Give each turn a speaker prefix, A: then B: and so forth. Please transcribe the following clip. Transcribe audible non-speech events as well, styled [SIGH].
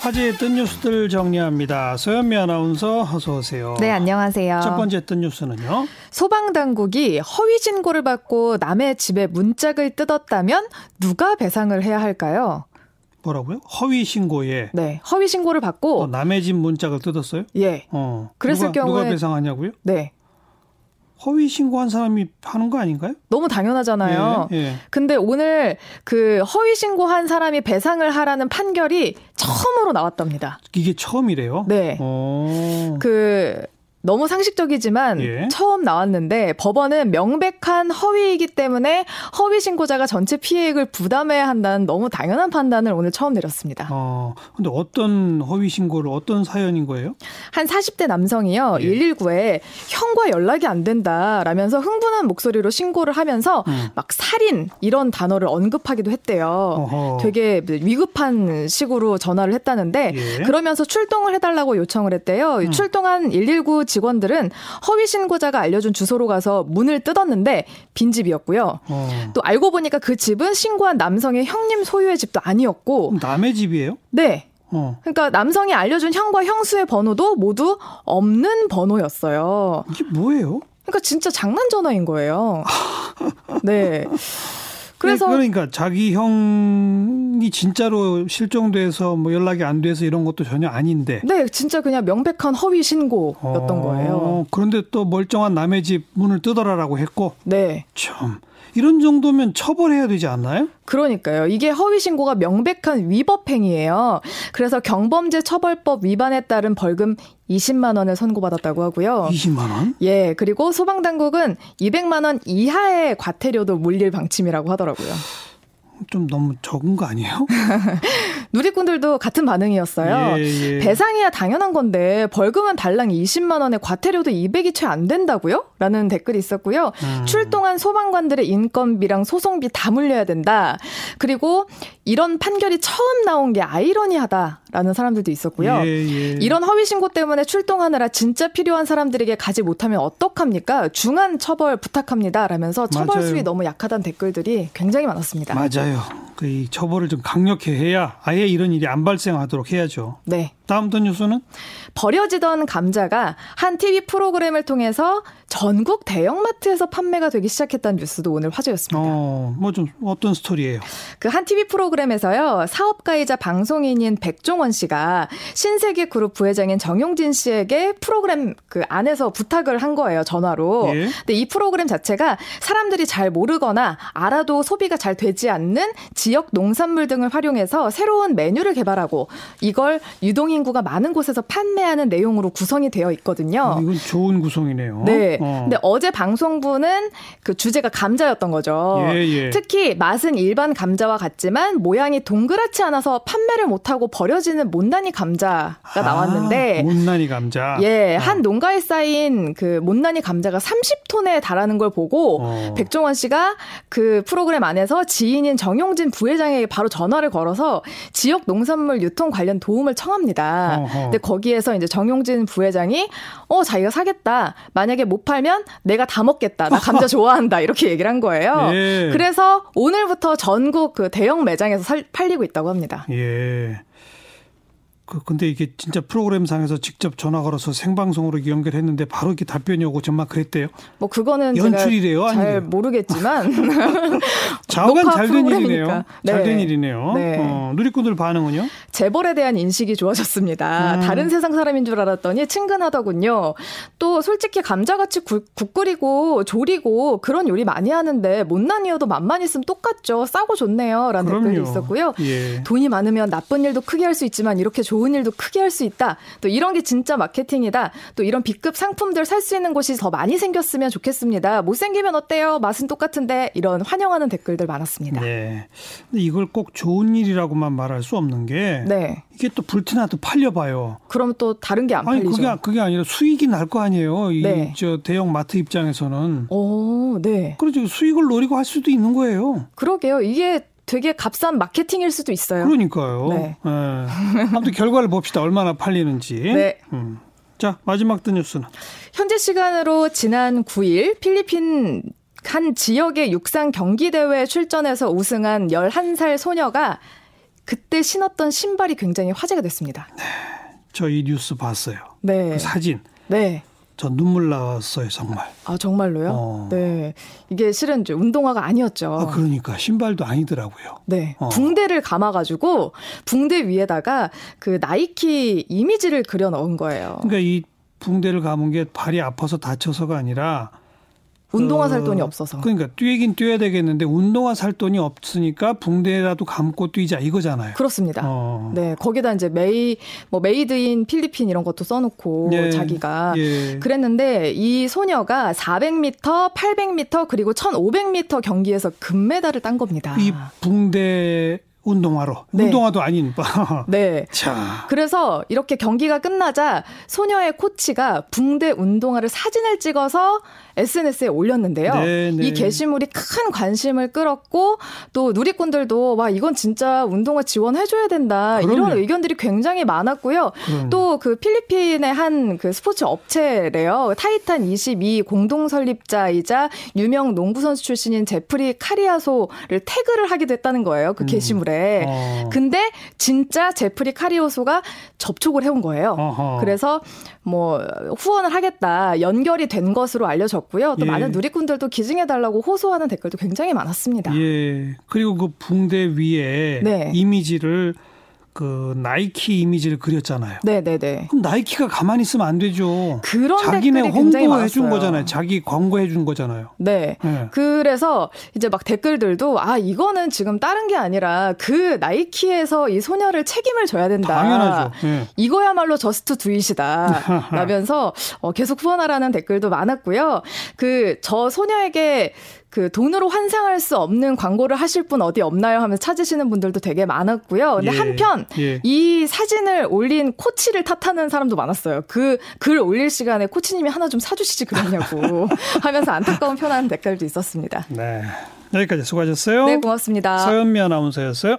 A: 화제의 뜬 뉴스들 정리합니다. 서현미 아나운서 어서 오세요.
B: 네, 안녕하세요.
A: 첫 번째 뜬 뉴스는요.
B: 소방당국이 허위 신고를 받고 남의 집에 문짝을 뜯었다면 누가 배상을 해야 할까요?
A: 뭐라고요? 허위 신고에
B: 네, 허위 신고를 받고
A: 어, 남의 집 문짝을 뜯었어요?
B: 예,
A: 어.
B: 그랬을
A: 누가, 누가
B: 경우에-
A: 배상하냐고요?
B: 네,
A: 허위 신고한 사람이 하는 거 아닌가요?
B: 너무 당연하잖아요.
A: 예, 예.
B: 근데 오늘 그 허위 신고한 사람이 배상을 하라는 판결이 처음으로 나왔답니다.
A: 이게 처음이래요.
B: 네.
A: 어.
B: 그 너무 상식적이지만
A: 예.
B: 처음 나왔는데 법원은 명백한 허위이기 때문에 허위 신고자가 전체 피해액을 부담해야 한다는 너무 당연한 판단을 오늘 처음 내렸습니다.
A: 어. 근데 어떤 허위 신고를 어떤 사연인 거예요?
B: 한 40대 남성이요.
A: 예.
B: 119에 형과 연락이 안 된다라면서 흥분한 목소리로 신고를 하면서
A: 음.
B: 막 살인 이런 단어를 언급하기도 했대요.
A: 어허.
B: 되게 위급한 식으로 전화를 했다는데
A: 예.
B: 그러면서 출동을 해달라고 요청을 했대요. 이
A: 음.
B: 출동한 119 직원들은 허위 신고자가 알려준 주소로 가서 문을 뜯었는데 빈집이었고요.
A: 어.
B: 또 알고 보니까 그 집은 신고한 남성의 형님 소유의 집도 아니었고,
A: 그럼 남의 집이에요?
B: 네.
A: 어.
B: 그러니까 남성이 알려준 형과 형수의 번호도 모두 없는 번호였어요.
A: 이게 뭐예요?
B: 그러니까 진짜 장난 전화인 거예요.
A: [LAUGHS]
B: 네. 그래서
A: 그러니까 자기 형이 진짜로 실종돼서 뭐 연락이 안 돼서 이런 것도 전혀 아닌데
B: 네, 진짜 그냥 명백한 허위 신고였던
A: 어,
B: 거예요.
A: 그런데 또 멀쩡한 남의 집 문을 뜯어라라고 했고
B: 네.
A: 참 이런 정도면 처벌해야 되지 않나요?
B: 그러니까요. 이게 허위 신고가 명백한 위법 행위예요. 그래서 경범죄 처벌법 위반에 따른 벌금 20만 원을 선고받았다고 하고요.
A: 20만 원?
B: 예, 그리고 소방 당국은 200만 원 이하의 과태료도 물릴 방침이라고 하더라고요.
A: 좀 너무 적은 거 아니에요?
B: 누리꾼들도 같은 반응이었어요.
A: 예, 예.
B: 배상이야 당연한 건데 벌금은 달랑 20만 원에 과태료도 200이 채 안 된다고요? 라는 댓글이 있었고요.
A: 음.
B: 출동한 소방관들의 인건비랑 소송비 다 물려야 된다. 그리고 이런 판결이 처음 나온 게 아이러니하다라는 사람들도 있었고요.
A: 예, 예.
B: 이런 허위 신고 때문에 출동하느라 진짜 필요한 사람들에게 가지 못하면 어떡합니까? 중한 처벌 부탁합니다라면서 처벌
A: 맞아요.
B: 수위 너무 약하다는 댓글들이 굉장히 많았습니다.
A: 맞아요. 그이 처벌을 좀 강력히 해야 아예 이런 일이 안 발생하도록 해야죠.
B: 네.
A: 다음 더 뉴스는
B: 버려지던 감자가 한 TV 프로그램을 통해서 전국 대형마트에서 판매가 되기 시작했다는 뉴스도 오늘 화제였습니다.
A: 어, 뭐 좀 어떤 스토리예요?
B: 그 한 TV 프로그램에서요, 사업가이자 방송인인 백종원 씨가 신세계 그룹 부회장인 정용진 씨에게 프로그램 그 안에서 부탁을 한 거예요, 전화로.
A: 예.
B: 근데 이 프로그램 자체가 사람들이 잘 모르거나 알아도 소비가 잘 되지 않는 지역 농산물 등을 활용해서 새로운 메뉴를 개발하고 이걸 유동인구가 많은 곳에서 판매하는 내용으로 구성이 되어 있거든요.
A: 이건 좋은 구성이네요.
B: 네.
A: 음. 어.
B: 근데 어제 방송부는 그 주제가 감자였던 거죠.
A: 예, 예.
B: 어, 특히 맛은 일반 감자와 같지만 모양이 동그랗지 않아서 판매를 못하고 버려지는 못난이 감자가
A: 아,
B: 나왔는데
A: 못난이 감자.
B: 예,
A: 어.
B: 한 농가에 쌓인 그 못난이 감자가 30톤에 달하는 걸 보고
A: 어.
B: 뭐 백종원 씨가 그 프로그램 안에서 지인인 정용진 부회장에게 바로 전화를 걸어서 지역 농산물 유통 관련 도움을 청합니다.
A: 어허.
B: 근데 거기에서 이제 정용진 부회장이 어 자기가 사겠다. 만약에 못 팔면 내가 다 먹겠다.
A: [LAUGHS]
B: 나 감자 좋아한다. 이렇게 얘기를 한 거예요.
A: 예.
B: 그래서 오늘부터 전국 그 대형 매장에서 살- 팔리고 있다고 합니다.
A: 예. 그 근데 이게 진짜 프로그램상에서 직접 전화 걸어서 생방송으로 연결했는데 바로 이렇게 답변이 오고 정말 그랬대요.
B: 뭐 그거는
A: 연출이래요?
B: 제가 잘
A: 아니래요?
B: 모르겠지만
A: [LAUGHS] 좌우간
B: 녹화
A: 잘된 일이네요.
B: 프로그램이니까. 네.
A: 잘된 일이네요.
B: 네.
A: 어, 누리꾼들 반응은요?
B: 재벌에 대한 인식이 좋아졌습니다.
A: 음.
B: 다른 세상 사람인 줄 알았더니 친근하더군요. 또 솔직히 감자같이 국, 국 끓이고 조리고 그런 요리 많이 하는데 못난이어도 맛만 있으면 똑같죠. 싸고 좋네요. 라는 댓글도 있었고요.
A: 예.
B: 돈이 많으면 나쁜 일도 크게 할 수 있지만 이렇게 좋은 일도 크게 할 수 있다. 또 이런 게 진짜 마케팅이다. 또 이런 B급 상품들 살 수 있는 곳이 더 많이 생겼으면 좋겠습니다. 못생기면 어때요? 맛은 똑같은데 이런 환영하는 댓글들 많았습니다.
A: 네. 근데 이걸 꼭 좋은 일이라고만 말할 수 없는 게
B: 네.
A: 이게 또 불티나 또 팔려봐요.
B: 그럼 또 다른 게 안
A: 아니
B: 팔리죠.
A: 그게 그게 아니라 수익이 날 거 아니에요.
B: 네.
A: 이 저 대형 마트 입장에서는
B: 오, 네.
A: 그렇죠. 수익을 노리고 할 수도 있는 거예요.
B: 그러게요. 이게 되게 값싼 마케팅일 수도 있어요.
A: 그러니까요. 예.
B: 네.
A: 아무튼 결과를 봅시다. 얼마나 팔리는지.
B: 네.
A: 음. 자 마지막 뜬 뉴스는
B: 현재 시간으로 지난 9일 필리핀 한 지역의 육상 경기 대회에 출전해서 우승한 11살 소녀가 그때 신었던 신발이 굉장히 화제가 됐습니다.
A: 저 이 뉴스 봤어요.
B: 네.
A: 그 사진.
B: 네.
A: 저 눈물 나왔어요, 정말.
B: 아, 정말로요?
A: 어.
B: 네. 이게 실은 이제 운동화가 아니었죠.
A: 아, 그러니까 신발도 아니더라고요.
B: 네.
A: 어.
B: 붕대를 감아가지고 붕대 위에다가 그 나이키 이미지를 그려 넣은 거예요.
A: 그러니까 이 붕대를 감은 게 발이 아파서 다쳐서가 아니라
B: 운동화
A: 그-
B: 살 돈이 없어서.
A: 그러니까 뛰긴 뛰어야 되겠는데 운동화 살 돈이 없으니까 붕대라도 감고 뛰자 이거잖아요.
B: 그렇습니다.
A: 어.
B: 네, 거기다 이제 메이 뭐 메이드 인 필리핀 이런 것도 써놓고
A: 예,
B: 자기가
A: 예.
B: 그랬는데 이 소녀가 400m, 800m 그리고 1,500m 경기에서 금메달을 딴 겁니다.
A: 이 붕대 운동화로
B: 아. 네.
A: 운동화도 아닌
B: [LAUGHS]
A: 바.
B: 네.
A: 자,
B: 그래서 이렇게 경기가 끝나자 소녀의 코치가 붕대 운동화를 사진을 찍어서 SNS에 올렸는데요.
A: 네, 네.
B: 이 게시물이 큰 관심을 끌었고 또 누리꾼들도 와 이건 진짜 운동화 지원해줘야 된다 이런
A: 그럼요.
B: 의견들이 굉장히 많았고요.
A: 그럼요.
B: 또 그 필리핀의 한 그 스포츠 업체래요. 타이탄 22 공동 설립자이자 유명 농구 선수 출신인 제프리 카리아소를 태그를 하기도 했다는 거예요. 그
A: 음.
B: 게시물에.
A: 어.
B: 근데 진짜 제프리 카리오소가 접촉을 해온 거예요.
A: 어허.
B: 그래서 뭐 후원을 하겠다 연결이 된 것으로 알려졌고요. 또
A: 예.
B: 많은 누리꾼들도 기증해 달라고 호소하는 댓글도 굉장히 많았습니다.
A: 예. 그리고 그 붕대 위에
B: 네.
A: 이미지를 그 나이키 이미지를 그렸잖아요.
B: 네, 네, 네.
A: 그럼 나이키가 가만히 있으면 안 되죠.
B: 그런
A: 자기네
B: 댓글이 굉장히
A: 홍보해 준
B: 많았어요.
A: 거잖아요. 자기 광고해 준 거잖아요.
B: 네.
A: 예.
B: 그래서 이제 막 댓글들도 아 이거는 지금 다른 게 아니라 그 나이키에서 이 소녀를 책임을 져야 된다.
A: 당연하죠. 예.
B: 이거야말로 저스트 두잇이다. 라면서
A: [LAUGHS]
B: 어, 계속 후원하라는 댓글도 많았고요. 그 저 소녀에게 그 돈으로 환상할 수 없는 광고를 하실 분 어디 없나요? 하면서 찾으시는 분들도 되게 많았고요. 어, 근데
A: 예.
B: 한편
A: 예.
B: 이 사진을 올린 코치를 탓하는 사람도 많았어요. 그 글 올릴 시간에 코치님이 하나 좀 사주시지 그러냐고 [LAUGHS] 하면서 안타까운 편한 댓글도 있었습니다.
A: 네. 여기까지 수고하셨어요.
B: 네, 고맙습니다.
A: 서현미 아나운서였어요.